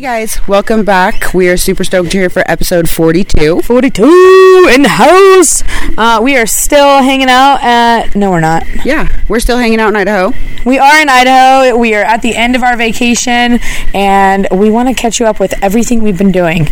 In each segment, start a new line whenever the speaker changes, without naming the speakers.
guys, welcome back. We are super stoked you're here for episode 42.
42 in the house. Uh, we are still hanging out at. No, we're not.
Yeah, we're still hanging out in Idaho.
We are in Idaho. We are at the end of our vacation, and we want to catch you up with everything we've been doing.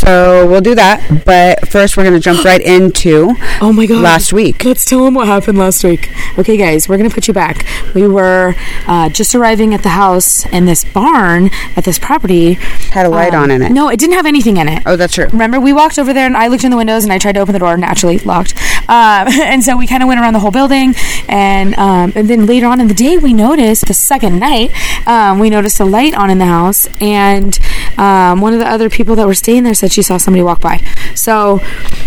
So we'll do that. But first, we're going to jump right into
Oh my God.
last week.
Let's tell them what happened last week. Okay, guys, we're going to put you back. We were uh, just arriving at the house, and this barn at this property
Had a light
um,
on in it.
No, it didn't have anything in it.
Oh, that's true.
Remember, we walked over there and I looked in the windows and I tried to open the door, naturally locked. Um, and so we kind of went around the whole building. And, um, and then later on in the day, we noticed the second night, um, we noticed a light on in the house. And um, one of the other people that were staying there said she saw somebody walk by. So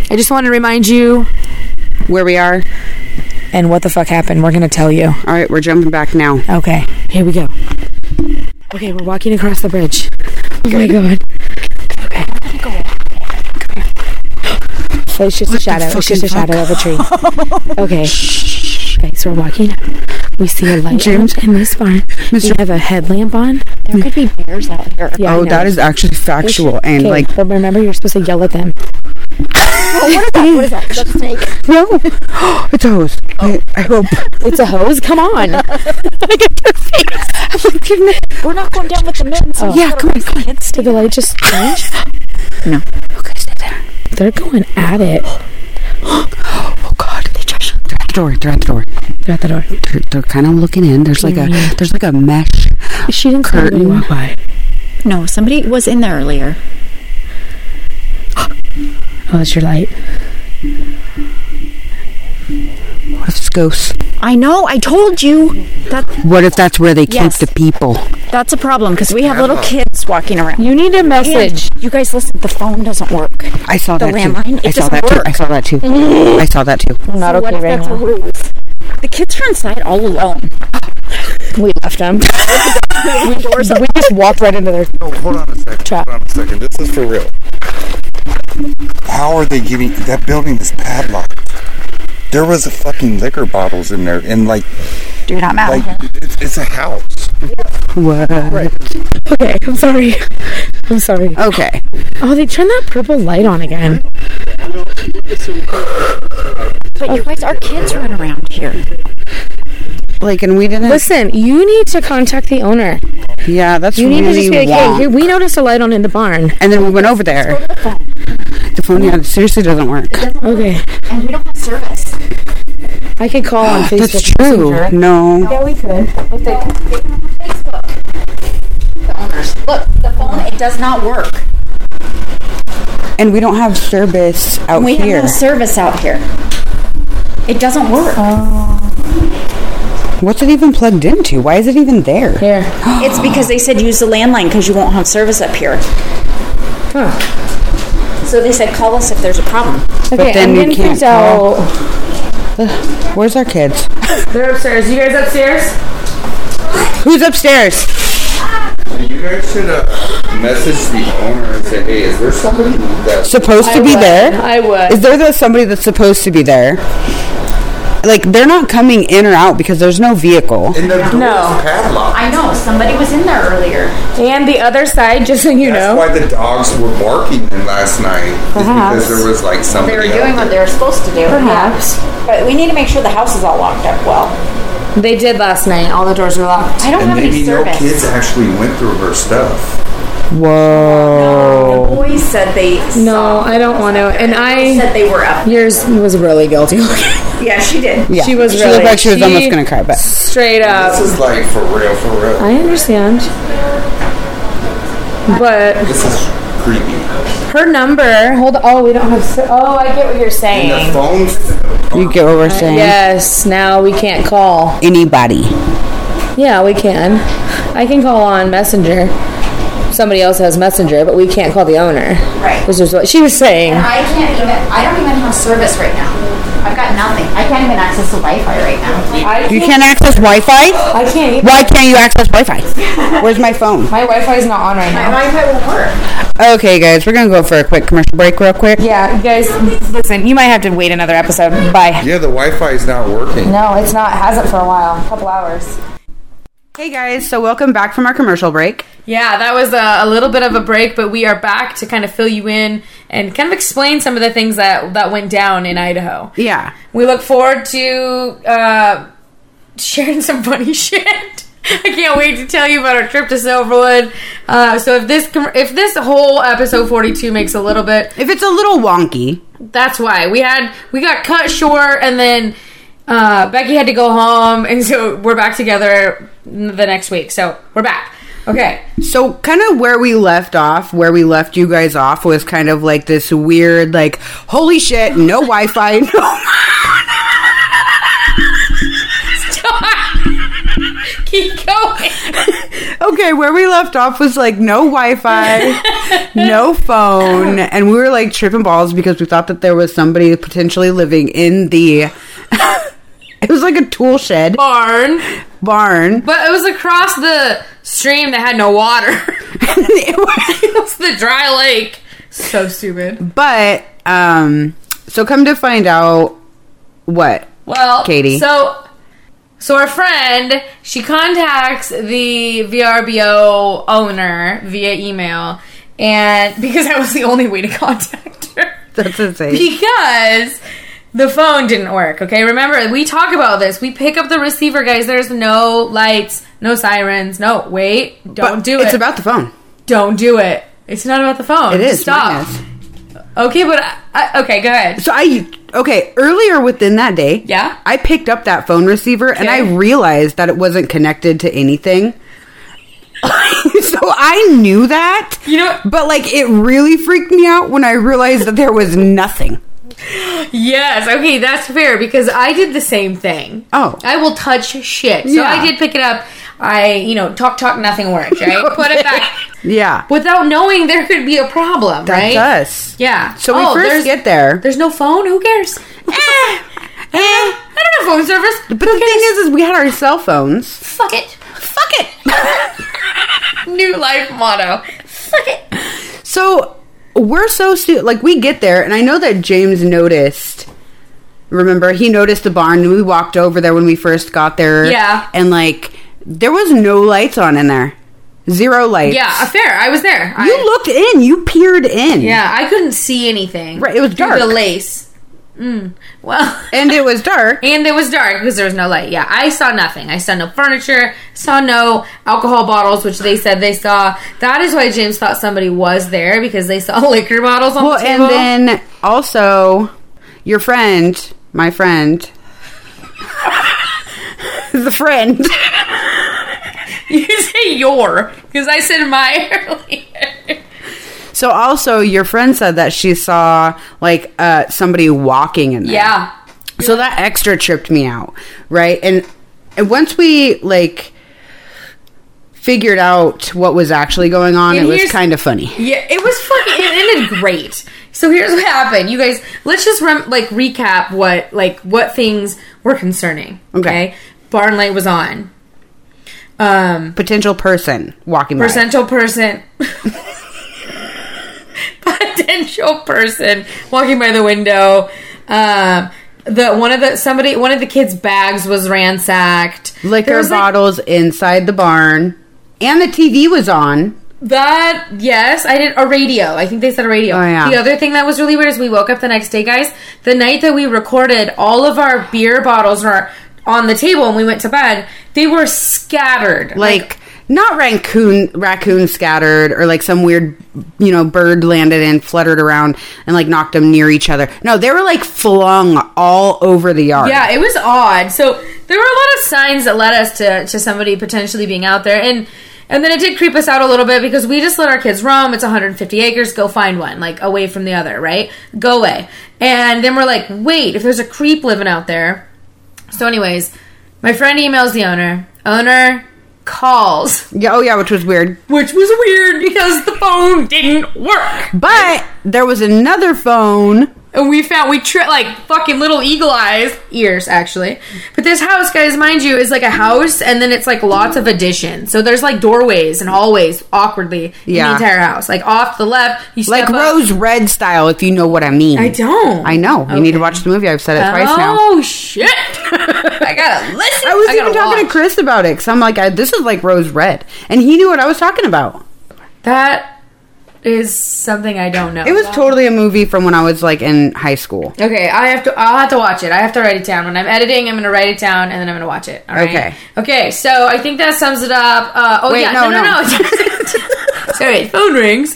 I just wanted to remind you
Where we are.
and what the fuck happened. We're going to tell you.
All right, we're jumping back now.
Okay, here we go. Okay, we're walking across the bridge. Oh my god. Okay. So it's just a shadow. It's just a shadow of a tree. Okay. Okay, so we're walking. We see a light
James.
on in this barn. We
Mr.
have a headlamp on.
There could be bears out here.
Yeah, I
oh,
know.
that is actually factual. and
Okay,
like,
but remember, you're supposed to yell at them.
Oh, What is that? Is that a snake?
no, it's a hose.
Oh.
I, I hope.
It's a hose. Come on.
We're not going down with the men. So
Oh.
we
Yeah,
gotta
come on,
raise the kids
Did the light just change?
Okay, stay there.
They're going at it.
Oh, God. They just. They're at the door. They're at the door.
They're at the door.
They're, they're kind of looking in. There's like a
Mm.
there's like a mesh
She didn't see anybody
curtain.
walk by.
to- No, somebody was in there earlier.
Oh, that's your light.
What if it's ghosts?
I know. I told you that
What if that's where they
Yes.
keep the people?
that's a problem because we have little kids walking around.
You need a
And
message.
you guys, listen. The phone doesn't work.
I saw
The
that too.
landline, it
I saw
doesn't
that too.
work.
I saw that too. I saw that too.
I'm not
so what
okay
if
right
that's
now.
a ruse? The kids are inside all alone.
We left them.
The doors are
we just walked right into their
Oh, hold on a second.
Trap.
Hold on a second. This is for real. How are they giving that building is padlocked? There was a fucking liquor bottles in there, and like,
do not matter.
like it's, it's a house.
What?
Okay, I'm sorry. I'm sorry.
Okay.
Oh, they turned that purple light on again.
But you guys, our kids run around here.
Like, and we didn't.
Listen, you need to contact the owner.
yeah, that's
You need
really
to just be like, hey,
wonk.
here, we noticed a light on in the barn.
and then we went over there. The phone yeah, seriously doesn't work.
Okay.
And we don't have service.
I could call on Facebook.
That's true.
Messenger.
No.
Yeah, we could.
The owners. Look, the phone. It does not work.
And we don't have service out
We
here.
have no service out here. It doesn't work.
What's it even plugged into? Why is it even there?
Here.
It's because they said use the landline because you won't have service up here. So they said call us if there's a problem.
Okay,
then
I'm
you
getting
can't
freaked out.
Where's our kids?
They're upstairs. You guys upstairs?
Who's upstairs?
You guys should uh, message the owner and say, "Hey, is there somebody that?"
Supposed to be there?
I would.
Is there the, somebody that's supposed to be there? Like they're not coming in or out because there's no vehicle.
And the door
No.
is padlocked.
I know somebody was in there earlier.
And the other side, just so you
That's
know.
why the dogs were barking in last night. is
Perhaps.
because there was like
Uh-huh. They
somebody.
were
out
doing what
there.
they were supposed to do.
Perhaps.
But we need to make sure the house is all locked up well.
They did last night. All the doors were locked.
I don't
And
have any
maybe no
service.
kids actually went through her stuff.
Whoa.
The boys said they
No, I don't want to. And I.
said they were up.
Yours was really guilty.
Yeah, she did.
Yeah.
She was
She
really.
looked like she was almost
she-
gonna cry, but
Straight up.
Um,
This is like for real, for real.
I understand. But
This is creepy.
her number, hold oh, we don't have s- Oh, I get what you're
The
saying.
phones.
you get what
Uh,
we're saying?
Yes, now we can't call.
Anybody.
Yeah, we can. I can call on Messenger. Somebody else has Messenger, but we can't call the owner.
Right.
Which is what she was saying.
I can't even. I don't even have service right now. I've got nothing. I can't even access the Wi-Fi right now.
You can't access Wi-Fi?
I can't even.
Why can't you access Wi-Fi? Where's my phone?
My Wi Fi is not on right now.
Wi-Fi won't work.
Okay, guys, we're gonna go for a quick commercial break, real quick.
Yeah, you guys, listen, you might have to wait another episode. Bye.
Yeah, the Wi-Fi is not working.
No, it's not. Hasn't for a while. A couple hours.
Hey guys, so welcome back from our commercial break.
Yeah, that was a, a little bit of a break, but we are back to kind of fill you in and kind of explain some of the things that that went down in Idaho.
Yeah.
We look forward to uh, sharing some funny shit. I can't wait to tell you about our trip to Silverwood. Uh, so if this com- if this whole episode forty two makes a little bit,
If it's a little wonky,
that's why we had we got cut short, and then uh, Becky had to go home, and so we're back together the next week. So we're back. Okay.
So, kind of where we left off, where we left you guys off was kind of like this weird, like, holy shit, no Wi Fi. No.
Keep going.
Okay, where we left off was like no Wi Fi, no phone. And we were like tripping balls because we thought that there was somebody potentially living in the. it was like a tool shed
Barn.
barn.
But it was across the stream that had no water.
It was-
it was the dry lake. So stupid.
but, um, so come to find out what?
Well,
Katie.
So, so our friend she contacts the VRBO owner via email, and because that was the only way to contact her.
That's insane.
because the phone didn't work. Okay, remember we talk about this. We pick up the receiver, guys. There's no lights, no sirens. No, wait, don't
But
do it.
It's about the phone.
don't do it. It's not about the phone.
It is. mine
Stop.
is.
Okay, but I, I, okay, go ahead.
So I okay earlier within that day,
Yeah?
I picked up that phone receiver and I
Okay.
realized that it wasn't connected to anything. so I knew that,
You know-
but like it really freaked me out when I realized that there was nothing.
Yes, okay, that's fair because I did the same thing.
Oh.
I will touch shit. So
Yeah.
I did pick it up. I, you know, talk, talk, nothing works, right? Put it back.
Yeah,
Without knowing there could be a problem,
that's
right?
us.
Yeah.
So we
Oh,
first
there's,
get there,
There's no phone? Who cares? Eh, I don't have phone service.
but the thing is, is we had our cell phones.
Fuck it. Fuck it. New life motto. Fuck it.
So we're so stu- like we get there, and I know that James noticed. Remember, he noticed the barn. We walked over there when we first got there.
Yeah.
and like there was no lights on in there, zero lights.
Yeah, fair. I was there. I,
you looked in. You peered in.
Yeah, I couldn't see anything.
Right, it was
Through
dark.
The lace. Mm. Well,
and it was dark.
and it was dark because there was no light. Yeah, I saw nothing. I saw no furniture. Saw no alcohol bottles, which they said they saw. That is why James thought somebody was there because they saw liquor bottles on
Well,
the table.
and then also your friend, my friend, the friend.
you say your because I said my earlier.
So also your friend said that she saw like uh somebody walking in there.
Yeah,
So that extra tripped me out, right? And and once we like figured out what was actually going on,
And
it was
here's-
kind of funny.
Yeah, it was fucking. It ended great. So here's what happened, you guys. Let's just rem- like recap what like what things were concerning.
Okay.
barn light was on. Um,
Potential person walking by.
potential person, potential person walking by the window. Um, the one of the somebody one of the kids' bags was ransacked. There
Liquor
was, like,
bottles inside the barn. And the TV was on.
That yes, I did a radio. I think they said a radio.
Oh, yeah.
The other thing that was really weird is we woke up the next day, guys. The night that we recorded, all of our beer bottles were on the table, and we went to bed. They were scattered.
Like not raccoon raccoon scattered or like some weird you know bird landed and fluttered around and like knocked them near each other. No, they were like flung all over the yard.
yeah, it was odd. So there were a lot of signs that led us to to somebody potentially being out there, and and then it did creep us out a little bit because we just let our kids roam. It's 150 acres. Go find one, like away from the other, right? Go away. And then we're like, wait, if there's a creep living out there. So, anyways, my friend emails the owner. Owner calls,
Yeah, oh yeah, which was weird.
which was weird because the phone didn't work.
But there was another phone
And we found we tri- like fucking little eagle eyes ears actually. But this house, guys, mind you, is like a house, and then it's like lots of additions. So there's like doorways and hallways awkwardly in
Yeah.
the entire house. Like off to the left, you step
like
up-
Rose Red style, if you know what I mean.
I don't.
I know. You need to watch the movie. I've said it twice now.
Oh shit! I gotta listen
I was
I gotta
even talking to
watch.
Chris about it because I'm like, I, this is like rose red, and he knew what I was talking about.
That is something I don't know.
It was totally a movie from when I was like in high school.
Okay, I have to. I'll have to watch it. I have to write it down. When I'm editing, I'm going to write it down and then I'm going to watch it. All right?
Okay.
Okay. So I think that sums it up. Uh, oh
Wait,
yeah.
no,
No.
no.
No. No. Sorry. Phone rings.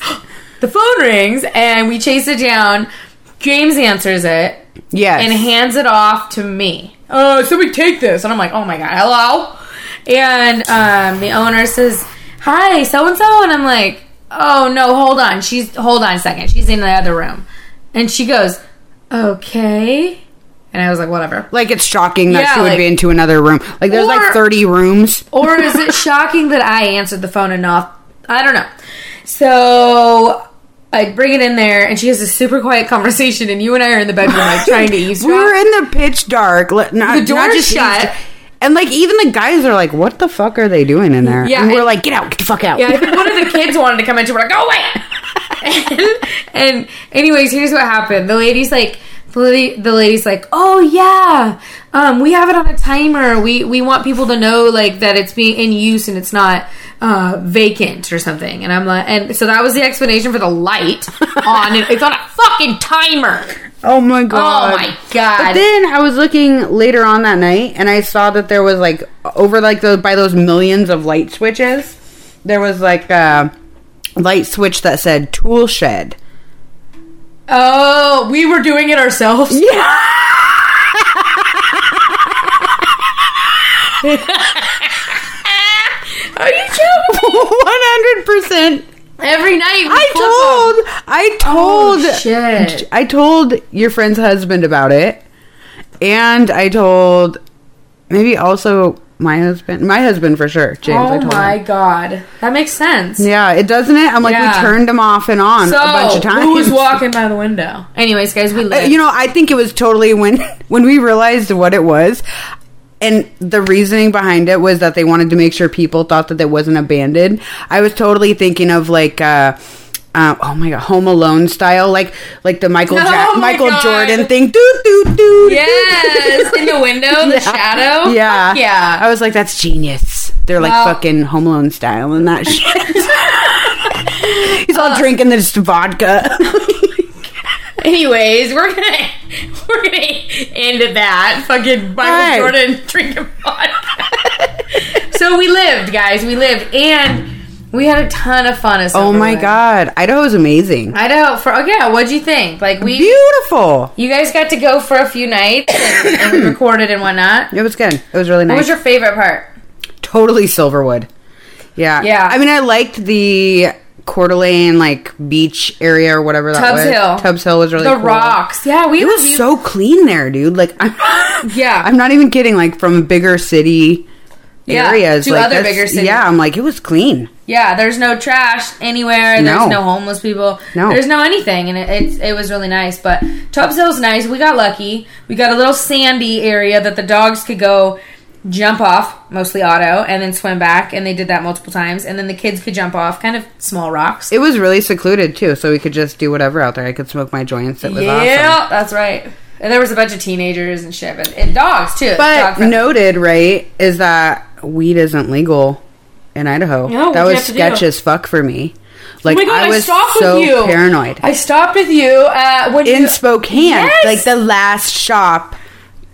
The phone rings and we chase it down. James answers it
Yes,
and hands it off to me. Oh, so we take this, and I'm like, oh my god, hello. And um, the owner says, "Hi, so and so," and I'm like, "Oh no, hold on, she's hold on a second, she's in the other room," and she goes, "Okay," and I was like, "Whatever."
like it's shocking that
Yeah,
she would
like-
be into another room. Like there's
Or-
like 30 rooms.
Or is it shocking that I answered the phone enough? I don't know. So. I bring it in there, and she has a super quiet conversation, and you and I are in the bedroom, like trying to eavesdrop.
We were in the pitch dark. le- Not,
The door
not
is
just
shut.
these- And like even the guys are like, what the fuck are they doing in there?
Yeah,
and we're
and-
like, get out, get the fuck out.
Yeah, I think one of the kids wanted to come in. She were like, "Go away!" and, and anyways, here's what happened. The lady's like, the, lady, the lady's like, "Oh yeah, um, we have it on a timer. We we want people to know like that it's being in use and it's not uh, vacant or something." And I'm like, and so that was the explanation for the light on. it. It's on a fucking timer.
oh my god.
Oh my god.
But then I was looking later on that night and I saw that there was like over like those by those millions of light switches, there was like a light switch that said tool shed.
oh, we were doing it ourselves. Are you joking?
100%.
Every night we
I
flip them.
told I told
Oh, shit.
I told your friend's husband about it. And I told maybe also my husband. My husband for sure, James. I
Oh
told
my
him.
god, that makes sense.
Yeah, it doesn't it? I'm like
Yeah.
we turned him off and on
So
a bunch of times.
who was walking by the window? Anyways, guys, we
Uh,
live.
you know, I think it was totally when when we realized what it was. And the reasoning behind it was that they wanted to make sure people thought that it wasn't abandoned. I was totally thinking of like uh, uh, oh my god, Home Alone style, like like the Michael
Oh
Jack-
my
Michael
God.
Jordan thing. Do do do.
yes, in the window, the shadow.
Yeah,
Fuck yeah.
I was like, that's genius. They're like
Well-
fucking Home Alone style and that shit. He's
Uh,
all drinking this vodka.
Anyways, we're gonna we're gonna end at that. Fucking Michael
Hi.
Jordan drinking vodka. so we lived, guys. We lived, and we had a ton of fun. As
oh my
Silverwood.
god, Idaho's amazing.
Idaho. For oh yeah, what'd you think? Like we,
Beautiful.
you guys got to go for a few nights and, and we recorded and whatnot.
It was good. It was really nice.
What was your favorite part?
totally Silverwood. Yeah.
Yeah.
I mean, I liked the Coeur d'Alene, like, beach area or whatever that
Tubbs
was.
Hill.
Tubbs Hill was really
the
cool.
rocks. Yeah, we
It
were
was so clean there, dude. Like, I'm,
Yeah.
I'm not even kidding. Like, from bigger city
Yeah,
areas.
to
like,
other
that's-
bigger cities.
Yeah, I'm like, it was clean.
yeah. There's no trash anywhere. There's
No.
no, homeless people.
No.
there's no anything, and it, it's it was really nice. But Tubbs Hill's nice. We got lucky. We got a little sandy area that the dogs could go jump off, mostly auto, and then swim back. And they did that multiple times. And then the kids could jump off, kind of small rocks.
It was really secluded, too, so we could just do whatever out there. I could smoke my joints. It was
yeah,
awesome.
that's right. And there was a bunch of teenagers and shit, but, and dogs too.
But
Dog-
noted, right, is that weed isn't legal in Idaho.
No,
that
what'd you
was
have to
sketch
do? Oh
as fuck for me. Like
my God,
I
I
was
stopped with
so
you.
paranoid.
I stopped with you uh, when
in
you-
Spokane,
Yes!
like the last shop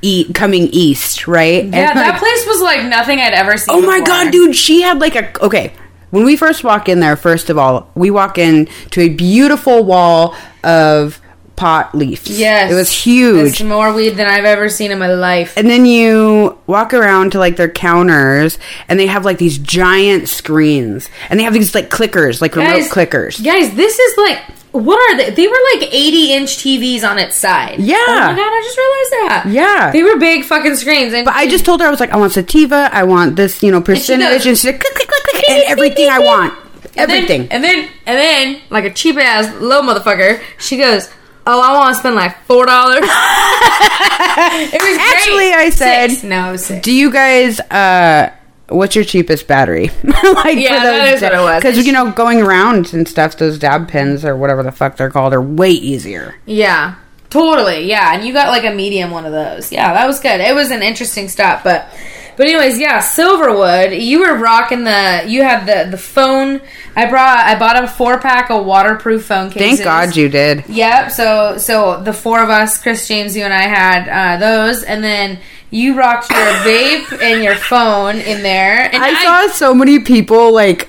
eat coming east, right? And
Yeah, that
like,
place was like nothing I'd ever seen.
Oh my
before.
god, dude, she had like a okay. When we first walk in there, first of all, we walk in to a beautiful wall of pot leaves.
Yes.
It was huge.
It's more weed than I've ever seen in my life.
And then you walk around to like their counters and they have like these giant screens and they have these like clickers, like remote clickers.
Guys, this is like what are they? They were like 80 inch TVs on its side.
Yeah.
Oh my god, I just realized that.
Yeah.
They were big fucking screens. And
But I just told her I was like, I want sativa, I want this, you know, percentage,
goes-
and she said, click, click, click, click, and everything I want,
and then-
everything.
And then, and then, like a cheap ass low motherfucker, she goes, "Oh, I want to spend like four dollars." it was great.
Actually, I said-
Six. no six.
Do you guys? uh What's your cheapest battery? like
Yeah, that is what it was.
Because you know, going around and stuff, those dab pins or whatever the fuck they're called are way easier.
Yeah. Totally. Yeah. And you got like a medium one of those. Yeah, that was good. It was an interesting stop, but But anyways, yeah, Silverwood, you were rocking the. You had the the phone. I brought. I bought a four pack of waterproof phone cases.
Thank God you did.
Yep. So so the four of us, Chris, James, you, and I had uh, those, and then you rocked your vape and your phone in there. And
I saw so many people like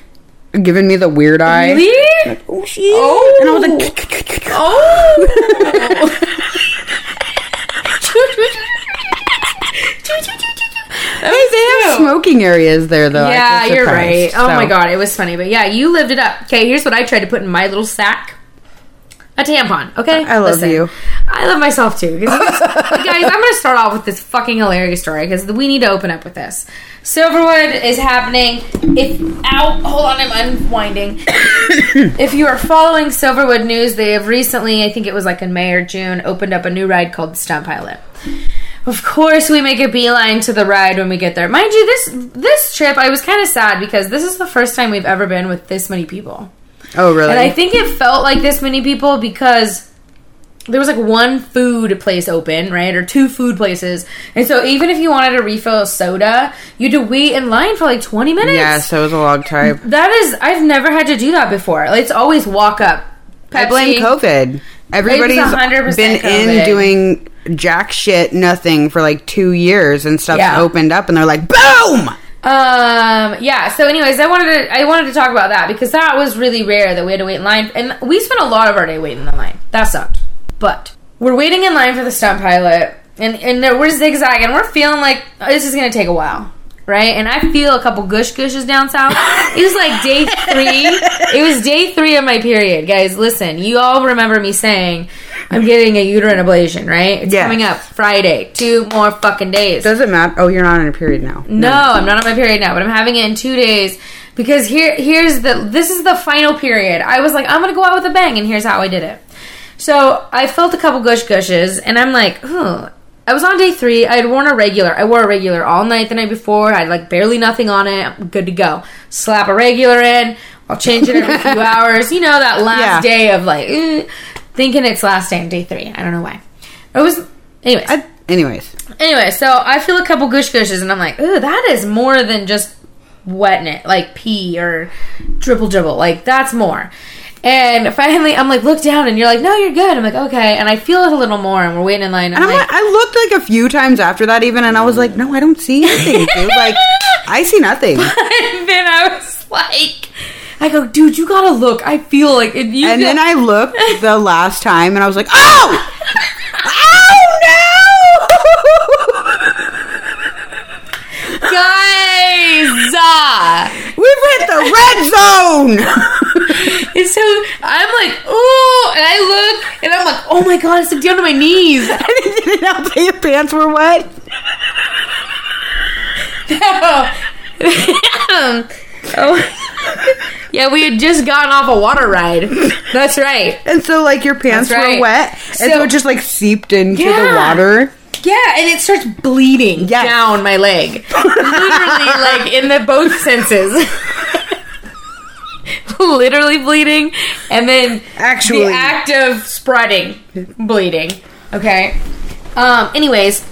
giving me the weird eye.
Really?
Oh, shit. Oh. And I was like,
Oh.
Hey, they have smoking areas there, though. I
yeah,
was
you're right.
surprised,
Oh
so.
my god, it was funny, but yeah, you lived it up. Okay, here's what I tried to put in my little sack. A tampon, okay?
I love you.
I love myself too. 'cause it's- guys, I'm going to start off with this fucking hilarious story because we need to open up with this. Silverwood is happening. If ow, hold on, I'm unwinding. if you are following Silverwood news, they have recently, I think it was like in May or June, opened up a new ride called the Stunt Pilot. Of course, we make a beeline to the ride when we get there. Mind you, this this trip I was kind of sad because this is the first time we've ever been with this many people,
Oh, really?
and I think it felt like this many people because there was like one food place open, right, or two food places, and so even if you wanted to refill a soda, you had to wait in line for like twenty minutes.
yeah, so it was a long time.
that is I've never had to do that before. Like, it's always walk up.
I blame
Pepsi.
COVID. Everybody's
100%
been
COVID.
in doing jack shit, nothing for like two years, and stuff's
Yeah.
opened up, and they're like, boom!
Um. Yeah. So, anyways, I wanted to I wanted to talk about that because that was really rare that we had to wait in line, and we spent a lot of our day waiting in line. That sucked. But we're waiting in line for the stunt pilot, and and there- we're zigzagging. We're feeling like oh, this is gonna take a while, right? And I feel a couple gush gushes down south. it was like day three. It was day three of my period, guys. Listen, you all remember me saying I'm getting a uterine ablation, right? It's
Yes.
coming up Friday. Two more fucking days.
Doesn't matter. Oh, you're not in a period now.
No, I'm not on my period now, but I'm having it in two days because here here's the this is the final period. I was like, I'm gonna go out with a bang, and here's how I did it. So I felt a couple gush gushes, and I'm like, huh. I was on day three. I had worn a regular. I wore a regular all night the night before. I had like barely nothing on it. I'm good to go. Slap a regular in. I'll change it every few hours. You know that last
Yeah.
day of like eh, thinking it's last day on day three. I don't know why. It was anyways.
I, anyways,
Anyway, so I feel a couple gush gushes, and I'm like, ooh, that is more than just wetting it, like pee or dribble dribble. Like, that's more. And finally, I'm like, look down, and you're like, no, you're good. I'm like, okay. And I feel it a little more, and we're waiting in line. I'm
and I'm
like,
like, I looked like a few times after that, even, and I was like, no, I don't see anything, dude. Like, I see nothing.
and then I was like, I go, dude, you gotta look. I feel like it. You
And
feel-
then I looked the last time, and I was like, oh! Oh, no!
guys, ah.
We've hit the red zone.
And so I'm like, ooh, and I look, and I'm like, oh my god, it's like down to my knees.
I didn't know that your pants were wet.
Um, oh. yeah, we had just gotten off a water ride. That's right.
And so, like, your pants
That's right.
were wet. And
So-
so it just, like, seeped into
Yeah.
the water.
Yeah, and it starts bleeding
Yes.
down my leg. Literally, like in the both senses. Literally bleeding, and then
Actually.
the act of spreading, bleeding. Okay. Um. Anyways,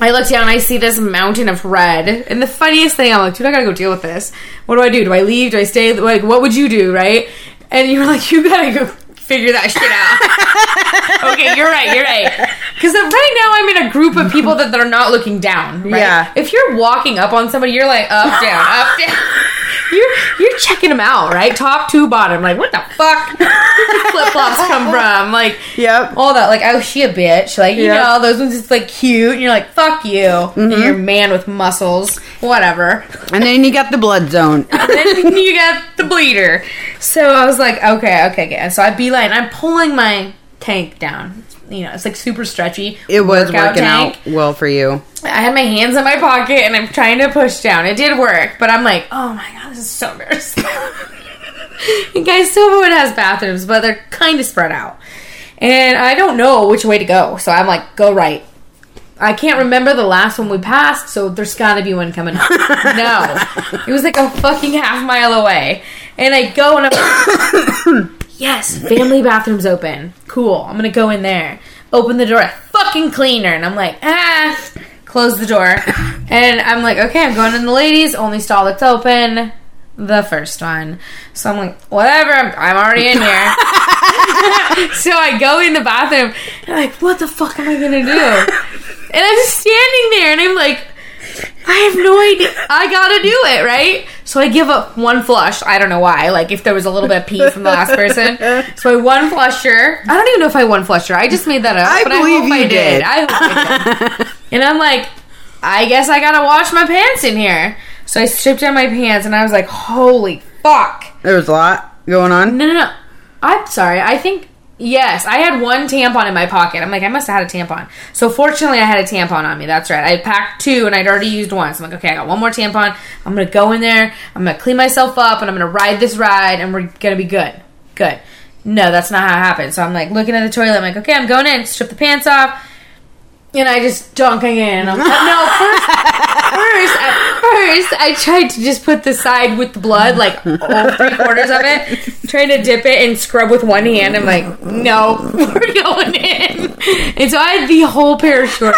I look down, I see this mountain of red, and the funniest thing, I'm like, dude, I gotta go deal with this. What do I do? Do I leave? Do I stay? Like, what would you do, right? And you're like, you gotta go figure that shit out. okay, you're right, you're right. Because right now I'm in a group of people that, that are not looking down. Right?
Yeah.
If you're walking up on somebody, you're like up, down, up, down. You're you're checking them out, right? Top to bottom. Like, what the fuck? Flip flops come from? Like,
Yep.
all that like oh she a bitch like you
Yeah. Mm-hmm.
know those ones it's like cute and you're like fuck you and you're a man with muscles whatever
And then you got the blood zone.
then you got the bleeder so i was like okay okay okay so i beeline i'm pulling my tank down you know it's like super stretchy
It was
Workout
working
tank.
out well for you.
I had my hands in my pocket and I'm trying to push down. It did work, but I'm like, oh my god, this is so embarrassing. And guys, Silverwood has bathrooms, but they're kind of spread out. And I don't know which way to go, so I'm like, go right. I can't remember the last one we passed, so there's gotta be one coming up. no. It was like a fucking half mile away. And I go and I'm yes, family bathroom's open. Cool. I'm gonna go in there. Open the door, fucking cleaner, and I'm like, ah, closed the door, and I'm like, okay, I'm going in the ladies' only stall that's open, the first one. So I'm like, whatever, I'm, I'm already in here. so I go in the bathroom, and I'm like, what the fuck am I gonna do? And I'm standing there, and I'm like, I have no idea. I gotta do it, right? So I give up one flush. I don't know why. Like if there was a little bit of pee from the last person, so I one flusher. I don't even know if I one flusher. I just made that up.
I
but
believe
I hope I
you
did.
did.
I hope I did. and I'm like, I guess I gotta wash my pants in here. So I stripped down my pants, and I was like, holy fuck.
There was a lot going on.
No, no, no. I'm sorry. I think yes, I had one tampon in my pocket. I'm like, I must have had a tampon. So fortunately, I had a tampon on me. That's right. I packed two, and I'd already used one. So I'm like, okay, I got one more tampon. I'm gonna go in there. I'm gonna clean myself up, and I'm gonna ride this ride, and we're gonna be good. Good. No, that's not how it happened. So I'm like looking at the toilet. I'm like, okay, I'm going in. Strip the pants off. And I just dunking in. I'm like, no, first, first, at first, I tried to just put the side with the blood, like all three quarters of it, trying to dip it and scrub with one hand. I'm like, no, we're going in. And so I had the whole pair of shorts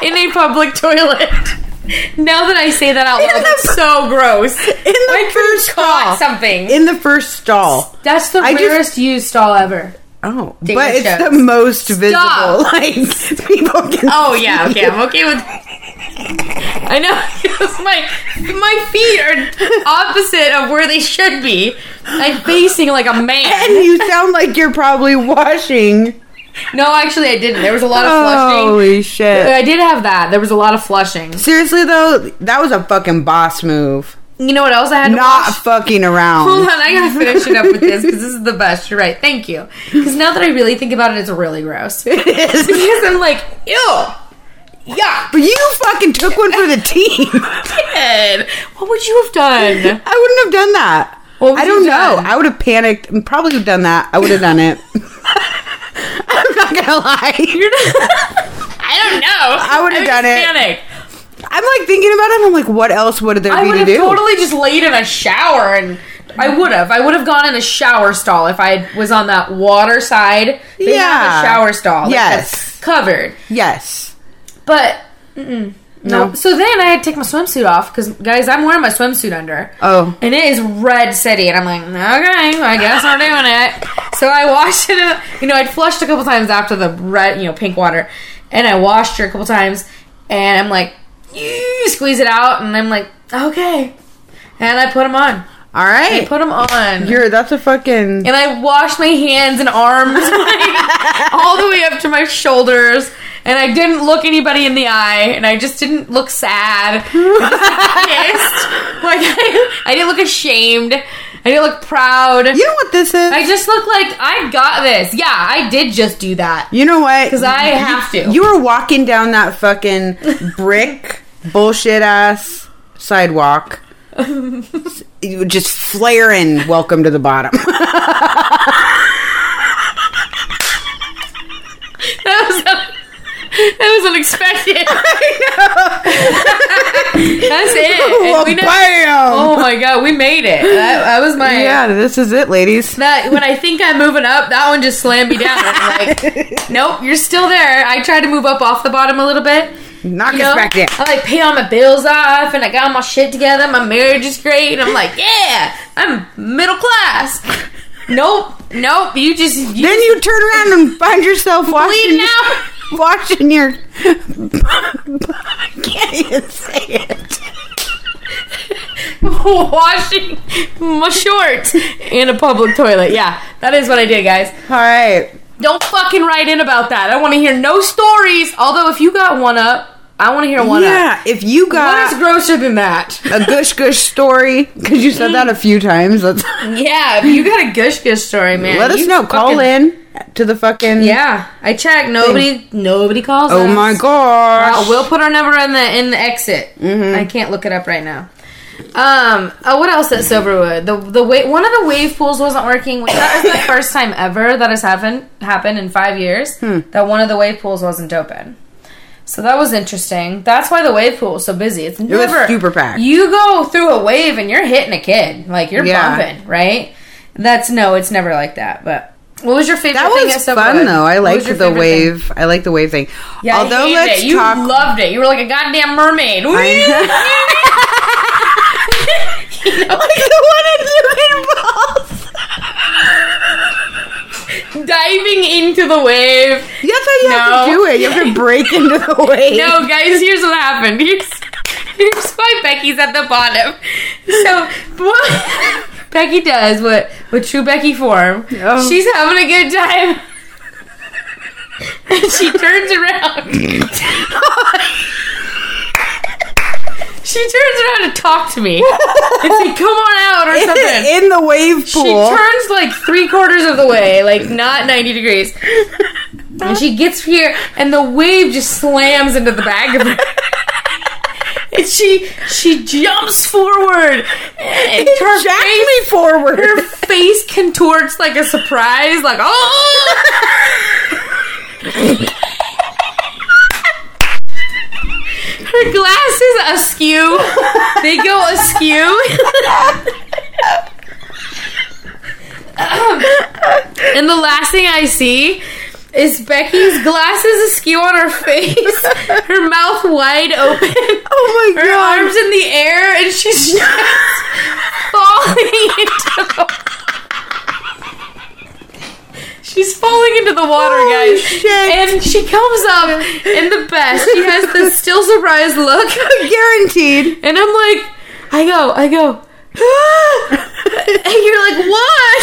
in a public toilet. Now that I say that out loud, it's so gross.
In the
I
first
Caught
stall.
something.
In the first stall.
That's the
I just-
rarest used stall ever.
Oh,
Taking
but it's
shots.
the most
Stop.
visible. Like people can.
Oh yeah, okay, I'm okay with. I know 'cause my my feet are opposite of where they should be. I'm facing like a
And
man.
you sound like you're probably washing.
No, actually, I didn't. There was a lot of flushing. Uh,
Holy shit!
I did have that. There was a lot of flushing.
Seriously though, that was a fucking boss move.
You know what else I had? to
Not
wash?
fucking around.
Hold on, I gotta finish it up with this because this is the best. You're right. Thank you. Because now that I really think about it, it's really gross. because I'm like, ew, yuck.
But you fucking took one for the team.
kid. What would you have done?
I wouldn't have done that.
What would
I
you
don't know.
done?
I would have panicked and probably have done that. I would have done it. I'm not gonna lie.
I don't know.
I would've
would
done it.
Panic.
I'm like thinking about it. I'm like, what else would there
I
be
would
to
have
do?
totally just laid in a shower and I would have. I would have gone in a shower stall if I was on that water side. They
Yeah.
have a shower stall. like,
Yes.
that's covered.
yes.
But mm-mm, no.
No.
So then I had to take my swimsuit off because guys, I'm wearing my swimsuit under.
Oh.
and it is red city, and I'm like, okay, I guess we're doing it. So I washed it. Up. You know, I'd flushed a couple times after the red, you know, pink water, and I washed her a couple times, and I'm like, "Ew," squeeze it out, and I'm like, okay, and I put them on.
All
I
right.
put them on.
You're that's a fucking
and I washed my hands and arms like, all the way up to my shoulders. And I didn't look anybody in the eye, and I just didn't look sad. I just looked pissed. Like I, I didn't look ashamed. I didn't look proud.
You know what this is?
I just looked like I got this. Yeah, I did just do that.
you know what? Because
I have to.
You were walking down that fucking brick bullshit ass sidewalk. you were just flaring welcome to the bottom.
That was that was unexpected. That's it. And
Well,
we know-
bam!
oh my god, we made it. That, that was my
yeah, this is it, ladies.
That when I think I'm moving up, that one just slammed me down. I'm like, nope, you're still there. I tried to move up off the bottom a little bit.
Knock
You know?
us back down.
I like pay all my bills off, and I got all my shit together. My marriage is great, and I'm like, yeah, I'm middle class. nope, nope. You just you
Then you turn around and find yourself watching
bleeding out.
watching your. I can't even say it.
Washing my shorts in a public toilet. Yeah, that is what I did, guys.
All right,
Don't fucking write in about that. I want to hear no stories. Although, if you got one up, I want to hear one up.
yeah. If you
What is
got
grosser than that?
a gush gush story, because you said that a few times, let's,
Yeah, if you got a gush gush story, man.
let us
you
know. Call
fucking-
in to the fucking.
Yeah, I checked. Nobody, nobody calls.
Oh
us.
my gosh. Mm-hmm.
Uh, we'll put our number in the in the exit. I can't look it up right now. Um. Oh, what else at Soberwood? The the wa- one of the wave pools wasn't working. Which that is the first time ever that has happened happened in five years
Hmm.
that one of the wave pools wasn't open. So that was interesting. That's why the wave pool was so busy. It's never
was super packed.
You go through a wave and you're hitting a kid like you're
Yeah.
bumping, right? That's no, it's never like that. But What was your favorite
That
thing?
was
at Silverwood?
fun though. I
What was
liked
your
the
favorite thing?
wave. I like the wave thing.
Yeah,
Although
I hated
let's
it. You
talk.
loved it. You were like a goddamn mermaid.
I- like the one in human balls.
Diving into the wave.
That's how you have to
No.
do it. You have to break into the wave.
No, guys, here's what happened. Here's, here's why Becky's at the bottom. So, what Becky does what what true Becky form.
Oh.
She's having a good time. And she turns around. she turns around to talk to me. And say, come on out or something.
in the wave
She
pool.
turns like three quarters of the way, like not 90 degrees. And she gets here, and the wave just slams into the back of her. And she she jumps forward. And her
Jack
face,
me forward.
her face contorts like a surprise, like oh. Her glasses askew. They go askew. and the last thing I see is Becky's glasses askew on her face, her mouth wide open.
oh my
Her
god!
arms in the air, and she's just falling into. She's falling into the water,
Holy
guys.
shit.
And she comes up in the best. She has the still surprised look,
Guaranteed.
and I'm like, I go, I go. and you're like, what?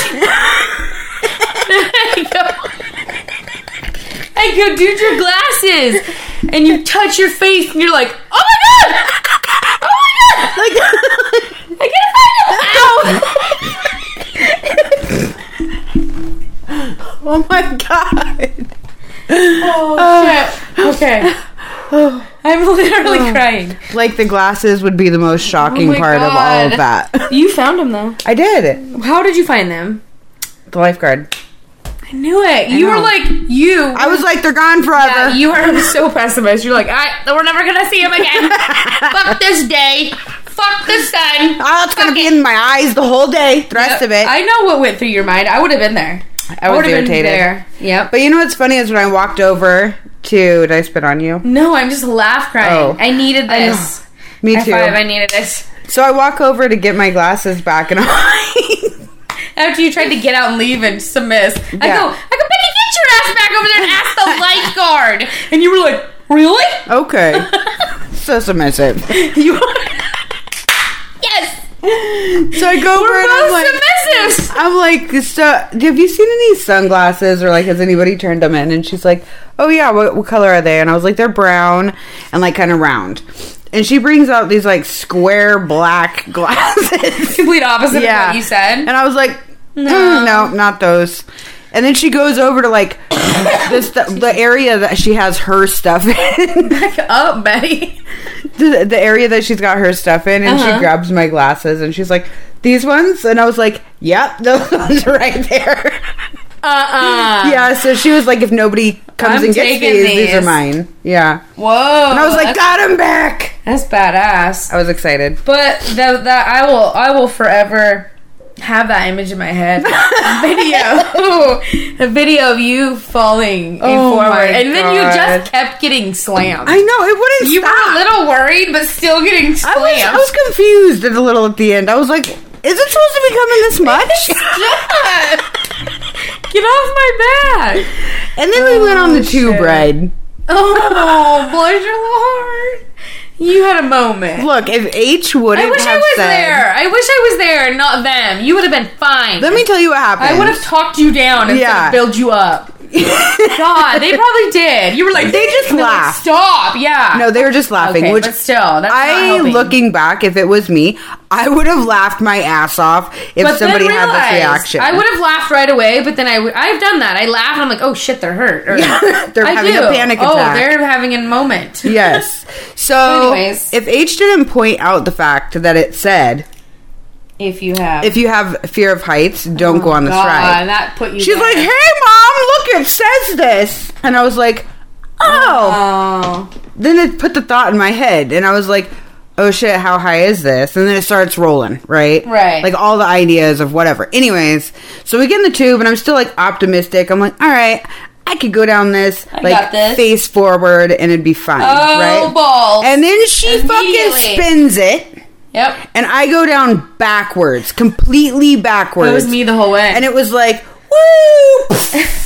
I go, I go, dude, your glasses. And you touch your face, and you're like, oh my god! Oh my god! I gotta find him! Ow!
Oh my god!
Oh, shit. Okay. Oh. I'm literally crying.
Like the glasses would be the most shocking
Oh my
part of all of
God.
that.
You found him though.
I did.
How did you find them?
The lifeguard.
I knew it. you were
know.
like you.
I was like, they're gone forever.
Yeah, you are so pessimist. You're like, I, we're never gonna see him again. Fuck this day. Fuck the sun.
Oh, it's gonna
Fuck
be
it.
in my eyes the whole day, the rest of it.
I know what went through your mind. I would have been there.
I was
would've
irritated.
there. Yep.
But you know what's funny is when I walked over to, did I spit on you?
no, I'm just laugh crying.
Oh.
I needed this.
Me
High
too.
five, I needed this.
so I walk over to get my glasses back, and I'm
After you tried to get out and leave and submit, I
Yeah.
go, I go, Becky, get your ass back over there and ask the lifeguard. And you were like, really?
okay. Oh. so submissive.
You yes.
So I go over
We're
and I'm
both
like,
submissive.
I'm like, so have you seen any sunglasses or like has anybody turned them in? And she's like, oh yeah, what, what color are they? And I was like, they're brown and like kind of round. And she brings out these like square black glasses.
Complete opposite of what you
And
said.
I was like, no, no, not those. And then she goes over to like the, stu- the area that she has her stuff in,
Back up, Betty.
the, the area that she's got her stuff in, and
Uh-huh.
she grabs my glasses and she's like, these ones? And I was like, yep, those ones are right there.
Uh uh
yeah, so she was like, if nobody comes
I'm
and gets
taking
these, these, are
these.
mine. Yeah.
Whoa.
And I was like,
that's,
got him back.
that's badass.
I was excited.
But that that I will I will forever have that image in my head. video. a video of you falling
Oh
forward.
my
and then you
God.
just kept getting slammed.
I know, it wouldn't
you
stop.
were a little worried, but still getting
I
slammed.
was, I was confused a little at the end. I was like, is it supposed to be coming this much?
Get off my back.
and then we went on the tube
shit.
ride.
Oh, bless your heart. You had a moment.
Look, if H wouldn't
I wish I
have
was
said,
there. I wish I was there and not them. You would have been fine.
let me tell you what happened.
I would have talked you down and
Yeah.
build you up. God, they probably did. You were like,
They just
and they're like,
laughed.
Stop. Yeah.
No, they were just laughing,
okay,
which
but still, that's not
I,
helping.
looking back, if it was me, I would have laughed my ass off if
But then
somebody had
realized,
this reaction.
I would have laughed right away, but then I would. I've done that. I laugh and I'm like, oh shit, they're hurt. Or,
They're
I
having a
do.
panic
Oh,
attack.
they're having a moment.
Yes. So,
Anyways.
if H didn't point out the fact that it said,
If you have.
if you have fear of heights, don't go on this
Oh, God,
ride.
that put you.
She's
there.
like, hey, mom, look, it says this. And I was like, oh.
Oh.
Then it put the thought in my head. And I was like, oh shit, how high is this? And then it starts rolling, right?
Right.
Like all the ideas of whatever. Anyways, so we get in the tube and I'm still like optimistic. I'm like, all right, I could go down this, like
got this.
face forward and it'd be fine.
Oh,
right?
balls.
And then she fucking
Immediately.
spins it.
Yep.
And I go down backwards, completely backwards.
It was me the whole way.
And it was like, woo!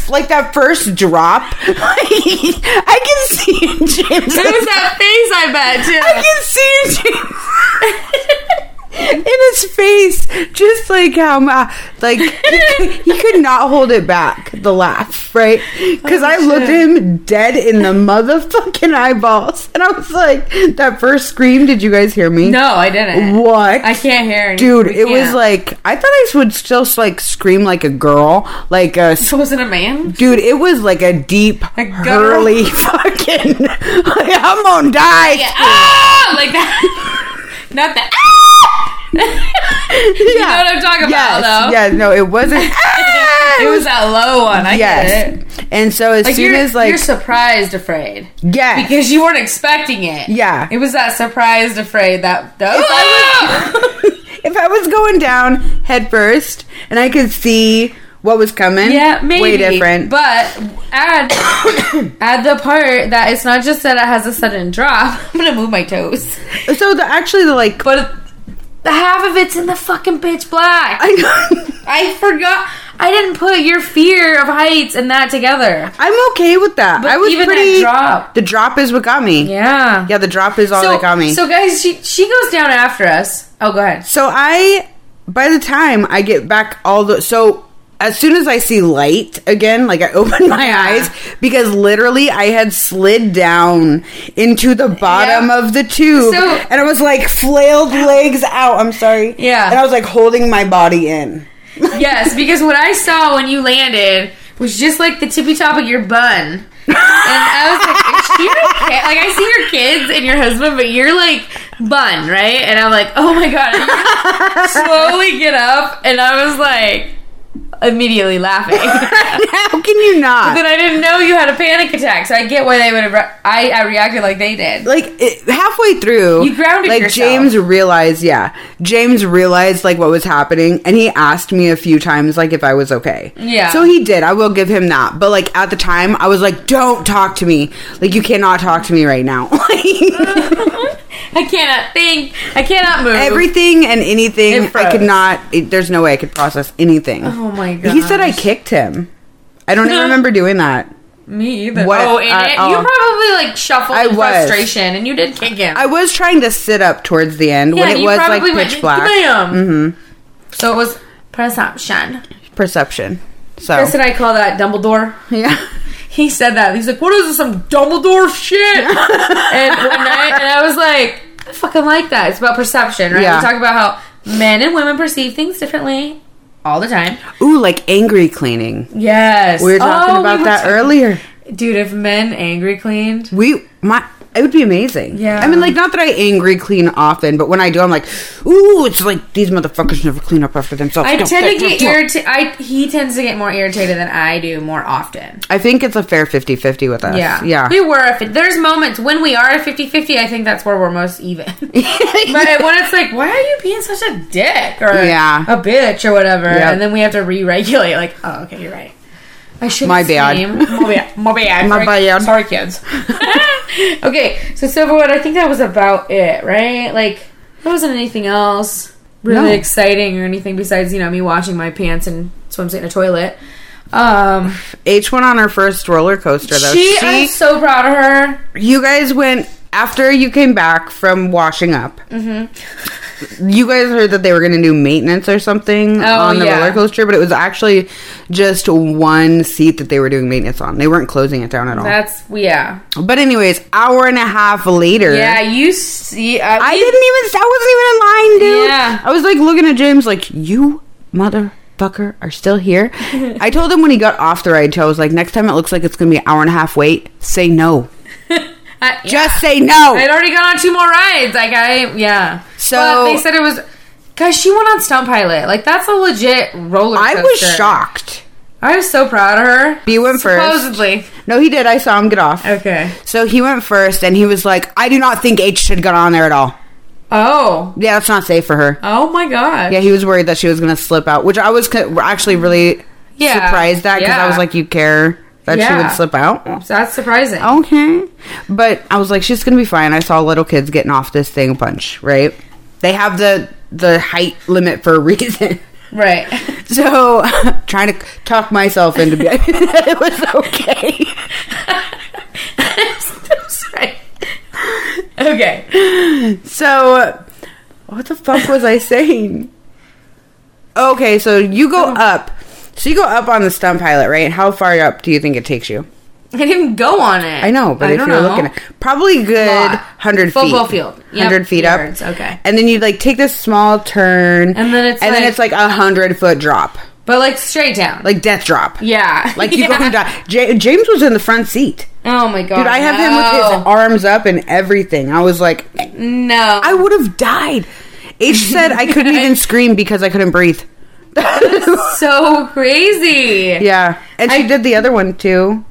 like that first drop. I can see it, James.
It was that face I bet too.
I can see it James, in his face, just like how my like he could not hold it back. The laugh, right?
Oh,
Because I looked him dead in the motherfucking eyeballs, and I was like, "That first scream, did you guys hear me?
no, I didn't.
what?
I can't hear any-
dude.
we
It was
can't.
like I thought I would still like scream like a girl, like a
So was it a man?
Dude, it was like a deep,
guttural-
girly fucking. like, I'm gonna die.
Yeah. Ah! Like that. Not that.
You
Ah! know what I'm talking
yes,
about, though.
Yeah, no, it wasn't. Ah!
It was that low one. I get it.
yes. And so as
Like
soon
you're,
as like
you're surprised, afraid
yes,
because you weren't expecting it.
Yeah.
It was that surprised, afraid that. that
I
Ah!
if I was going down head first and I could see what was coming,
Yeah, maybe.
way different.
But add add the part that it's not just that it has a sudden drop. I'm gonna move my toes.
so the actually the like
But the half of it's in the fucking pitch black. I, forgot. I didn't put your fear of heights and that together.
I'm okay with that.
But
I was
even that
pretty.
drop.
The drop is what got me.
Yeah.
Yeah, the drop is all
so,
that got me.
So guys, she she goes down after us. Oh, go ahead.
So I, by the time I get back all the, so as soon as I see light again, like I open my eyes because literally I had slid down into the bottom
Yeah.
of the tube
So-
and I was like flailed legs out. I'm sorry.
Yeah.
And I was like holding my body in.
Yes, because what I saw when you landed was just like the tippy top of your bun. And I was like, is she okay? Like, I see your kids and your husband, but you're like bun, right? And I'm like, oh my god. And you slowly get up, and I was like, immediately laughing.
How can you not?
then I didn't know you had a panic attack, so I get why they would have. Re- I, I reacted like they did.
like it, halfway through
You grounded
like
yourself.
james realized yeah james realized like what was happening and he asked me a few times like if i was okay
Yeah.
so he did i will give him that but like at the time i was like don't talk to me like you cannot talk to me right now like
I cannot think. I cannot move.
everything and anything
It
i could
froze.
not it, there's no way i could process anything
Oh my god.
he said i kicked him i don't even remember doing that
Me either.
What-
oh, and
I-
it,
oh.
you probably like shuffled
I
in
was.
frustration, and you did kick him.
i was trying to sit up towards the end when it
you
was like
probably
pitch
went,
black Mm-hmm.
Bam. So it was perception.
perception so
Chris and I call that Dumbledore.
yeah
He said that. He's like, "What is this? Some Dumbledore shit?" and, when I, and I was like, "I fucking like that. It's about perception, right?
Yeah.
We talk about how men and women perceive things differently." All the time.
Ooh, like angry cleaning.
Yes.
We were talking
Oh,
about
were
that
talking-
earlier.
Dude, if men angry cleaned.
We my it would be amazing.
Yeah.
I mean, like not that I angry clean often, but when I do, I'm like, ooh, it's like these motherfuckers never clean up after themselves.
I
Go,
tend to
go,
get
go, go.
irritated. I he tends to get more irritated than I do more often.
I think it's a fair 50-50 with us.
Yeah,
yeah.
We were. If there's moments when we are at 50-50, I think that's where we're most even. but when it's like, why are you being such a dick or
Yeah.
a bitch or whatever,
Yep.
and then we have to re-regulate. Like, oh, okay, you're right. I should
My bad.
My bad. My bad.
My
Sorry-
bad.
Sorry, kids. okay, so Silverwood, I think that was about it, right? Like, there wasn't anything else really
No.
exciting or anything besides you know me washing my pants and swimsuit in a toilet. Um,
H went on her first roller coaster though.
she, I'm so proud of her.
you guys went after you came back from washing up. Mm-hmm. You guys heard that they were going to do maintenance or something
Oh,
on the
yeah.
roller coaster, but it was actually just one seat that they were doing maintenance on. They weren't closing it down at all.
That's yeah,
But anyways, hour and a half later.
yeah. You see, I,
I
we-
didn't even I wasn't even in line, dude.
Yeah.
I was like looking at James like, "You motherfucker are still here." I told him when he got off the ride too. I was like, "Next time it looks like it's going to be an hour and a half wait, say no.
I- uh, yeah.
Just say no."
I'd already gone on two more rides. Like I, yeah.
So-
but they said it was. Cause she went on Stunt Pilot. Like that's a legit roller.
I was
coaster.
shocked.
I was so proud of her.
You went first.
Supposedly.
No, he did. I saw him get off.
Okay.
So he went first and he was like, "I do not think H should get on there at all."
Oh.
Yeah, that's not safe for her.
Oh my god.
Yeah, he was worried that she was going to slip out, which I was co- actually really
Yeah.
surprised at because I
Uh, Yeah.
was like, you care that she
Yeah.
would slip out?
That's surprising.
Oh. Okay. But I was like, she's going to be fine. I saw little kids getting off this thing a bunch, right? They have the the height limit for a reason.
Right.
So, trying to talk myself into being it was okay.
I'm sorry. Okay.
So, what the fuck was I saying? Okay, so you
Oh.
go up. So you go up on the stunt pilot, right? How far up do you think it takes you?
I didn't go on it.
I know, but if
don't
you're
know.
looking at probably good
Lot.
hundred feet,
Football field. Yep,
hundred feet up.
yards, okay.
and then you like take this small turn,
And then it's
and then
like-
it's like a hundred foot drop,
But like straight down.
like death drop.
yeah.
like you
yeah.
go down. J- James was in the front seat,
Oh my god.
dude. I have him with his arms up and everything. I was like,
his No.
I would have died. H said I couldn't even scream because I couldn't breathe.
so crazy.
Yeah, and she
I-
did the other one too,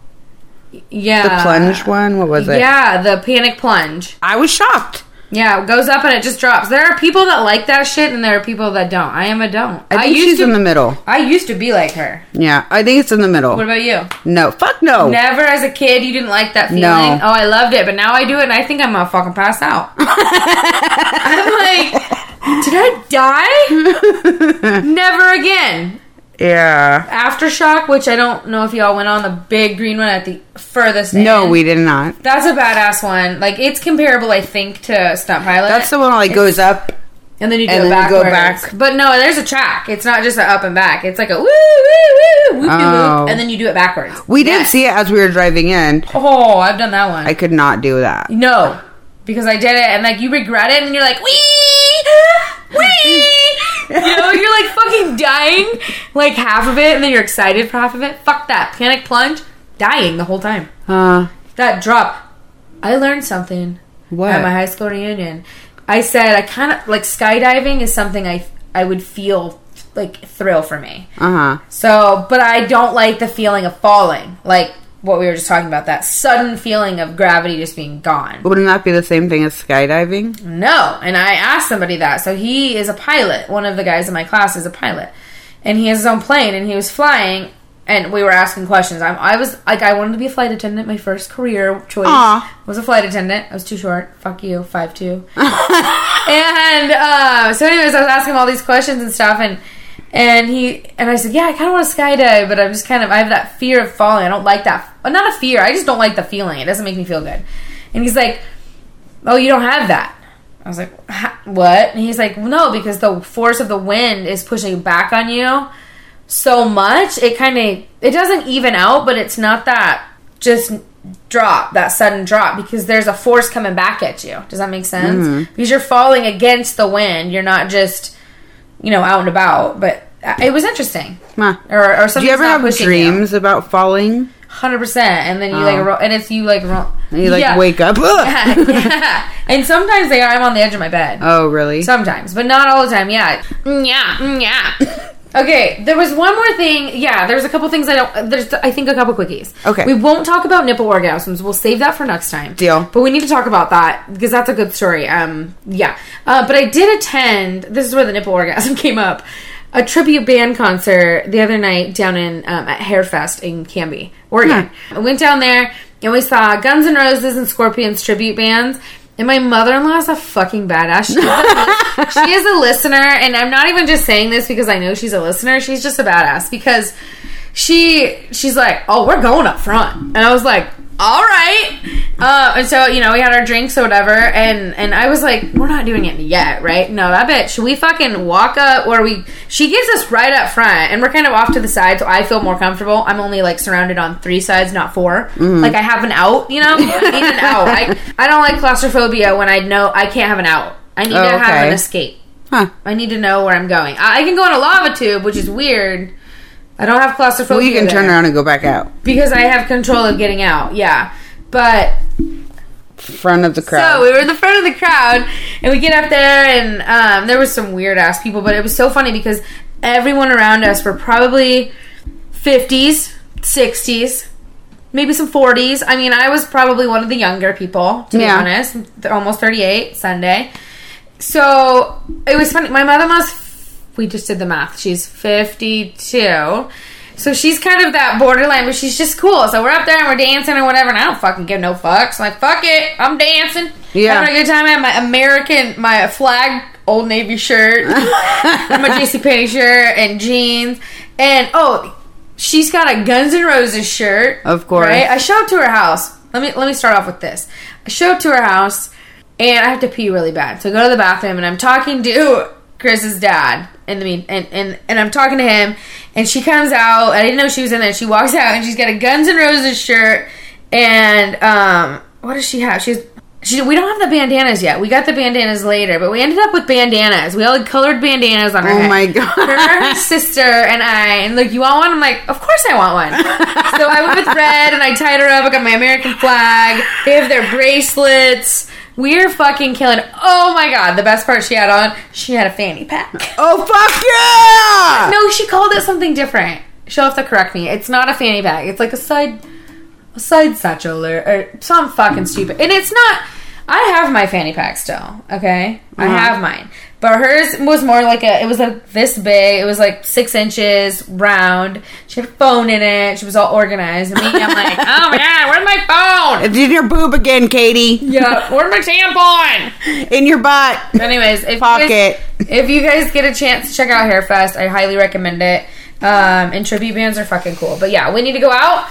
Yeah.
the plunge one. What was it?
Yeah, the panic plunge.
I was shocked.
Yeah, it goes up and it just drops. There are people that like that shit and there are people that don't. I am a don't.
I think
used
she's
to
in the middle.
I used to be like her.
Yeah, I think it's in the middle.
What about you?
No, fuck no.
Never as a kid you didn't like that feeling.
No.
Oh, I loved it, but now I do it and I think I'm gonna fucking pass out. I'm like, did I die? Never again.
Yeah.
Aftershock, which I don't know if y'all went on the big green one at the furthest.
No,
end.
we did not.
That's a badass one. Like it's comparable, I think, to stunt pilot.
That's the one that like goes up.
and then you do
and
it
then you go
backwards.
back.
But no, there's a track. It's not just an up and back. It's like a woo woo woo woo whoop
Oh.
and then you do it backwards.
We did
Yes.
see it as we were driving in.
Oh, I've done that one.
I could not do that.
No, because I did it, and like you regret it, and you're like, wee, wee. You know, you're like fucking dying, like half of it, and then you're excited for half of it. Fuck that panic plunge, dying the whole time.
Uh,
That drop. I learned something
what?
at my high school reunion. I said I kind of like skydiving is something I I would feel like thrill for me.
uh huh.
So, but I don't like the feeling of falling, like what we were just talking about. That sudden feeling of gravity just being gone.
Wouldn't that be the same thing as skydiving?
No. And I asked somebody that. So he is a pilot. One of the guys in my class is a pilot. And he has his own plane and he was flying and we were asking questions. I'm, I was like, I wanted to be a flight attendant. My first career choice
Aw.
was a flight attendant. I was too short. Fuck you, five two. and uh, so, anyways, I was asking him all these questions and stuff, and and he and I said, yeah, I kind of want to skydive, but I'm just kind of I have that fear of falling. I don't like that. uh, Not a fear. I just don't like the feeling. It doesn't make me feel good. And he's like, oh, you don't have that. I was like, "Ha- what? And he's like, no, because the force of the wind is pushing back on you so much. It kind of it doesn't even out, but it's not that just drop that sudden drop because there's a force coming back at you. Does that make sense?
Mm-hmm.
Because you're falling against the wind. You're not just you know out and about. But uh, it was interesting.
Huh.
Or, or
Do
something.
you ever have dreams about falling?
Hundred percent. And then you like roll, and it's you like roll.
And you like
Yeah.
wake up. Ugh!
yeah. And sometimes they are. I'm on the edge of my bed.
Oh, really?
Sometimes, but not all the time. Yeah. Mm, Yeah. Mm, Yeah. Okay, there was one more thing. Yeah, there's a couple things I don't. There's, I think, a couple quickies.
Okay.
we won't talk about nipple orgasms. We'll save that for next time.
Deal.
But we need to talk about that because that's a good story. Um, yeah. Uh, but I did attend. This is where the nipple orgasm came up. A tribute band concert the other night down in um, at Hairfest in Canby, Oregon. I went down there and we saw Guns N' Roses and Scorpions tribute bands. And my mother in law is a fucking badass. She's a, she is a listener, and I'm not even just saying this because I know she's a listener. She's just a badass because she she's like, "Oh, we're going up front," and I was like, "All right." Uh, and so you know, we had our drinks or whatever, and and I was like, "We're not doing it yet, right?" No, that bitch. We fucking walk up, or we she gives us right up front, and we're kind of off to the side, so I feel more comfortable. I'm only like surrounded on three sides, not 4
Mm-hmm.
Like I have an out, you know, I need an out. I I don't like claustrophobia when I know I can't have an out. I need
Oh,
to have
okay.
an escape.
Huh.
I need to know where I'm going. I, I can go in a lava tube, which is weird. I don't have claustrophobia.
Well, you can
there
turn around and go back out
because I have control of getting out. Yeah. But
front of the crowd.
so we were in the front of the crowd and we get up there and um, there was some weird ass people, but it was so funny because everyone around us were probably 50s, 60s, maybe some 40s. I mean, I was probably one of the younger people, to
Yeah.
be honest. Th- Almost 38 Sunday. so it was funny. My mother must. We just did the math. She's fifty-two, so she's kind of that borderline, but she's just cool. So we're up there and we're dancing and whatever, and I don't fucking give no fucks. I'm like fuck it, I'm dancing.
Yeah.
having a good time. I have my American, my flag, old navy shirt, and my JC Penney shirt and jeans, and oh, she's got a Guns N' Roses shirt.
Of course.
right? I show up to her house. Let me let me start off with this. I show up to her house and I have to pee really bad. So I go to the bathroom and I'm talking to Chris's dad in the mean and, and and I'm talking to him and she comes out I didn't know she was in there. She walks out and she's got a Guns N' Roses shirt and um what does she have? She's she, we don't have the bandanas yet. We got the bandanas later, but we ended up with bandanas. We all had colored bandanas on our
Oh
head.
my God.
Her sister and I, and like, you want one? I'm like, of course I want one. so I went with red, and I tied her up. I got my American flag. They have their bracelets. We're fucking killing. it. Oh my god, the best part she had on, she had a fanny pack.
Oh fuck yeah!
No, she called it something different. She'll have to correct me. It's not a fanny pack. It's like a side, a side satchel or, or some fucking stupid. And it's not. I have my fanny pack still. Okay, I have mine. But hers was more like a. It was like this big. It was like six inches round. She had a phone in it. She was all organized. And me, I'm like, oh my god, where's my phone?
It's in your boob again, Katie.
Yeah, where's my tampon?
In your butt.
Anyways, if you guys-
Pocket.
if you guys get a chance to check out Hairfest, I highly recommend it. Um, and tribute bands are fucking cool. But yeah, we need to go out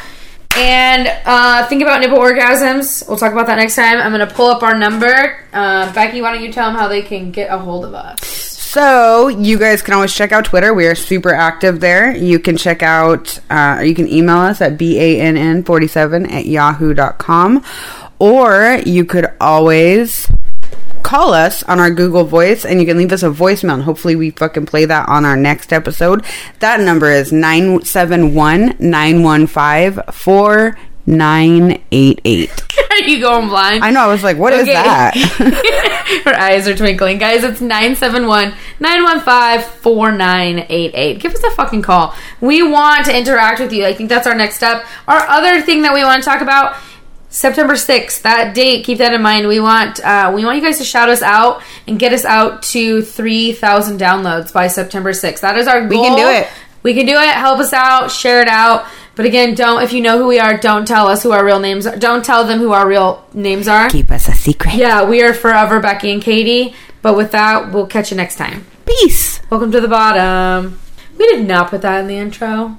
and uh, think about nipple orgasms. We'll talk about that next time. I'm gonna pull up our number. Uh, Becky, why don't you tell them how they can get a hold of us?
So you guys can always check out Twitter. We are super active there. You can check out, uh, or you can email us at bann47 at yahoo.com. Or you could always call us on our Google Voice and you can leave us a voicemail and hopefully we fucking play that on our next episode. That number is 971 915 4988.
Are you going blind?
I know, I was like, what is
Okay.
that?
Her eyes are twinkling. Guys, it's 971 915 4988. Give us a fucking call. We want to interact with you. I think that's our next step. Our other thing that we want to talk about. September 6th, that date, keep that in mind. We want uh, we want you guys to shout us out and get us out to 3,000 downloads by September 6th. That is our goal.
can do it.
We can do it. Help us out. Share it out. But again, don't if you know who we are, don't tell us who our real names are. Don't tell them who our real names are.
Keep us a secret.
Yeah, we are forever Becky and Katie. But with that, we'll catch you next time.
Peace.
Welcome to the bottom. We did not put that in the intro.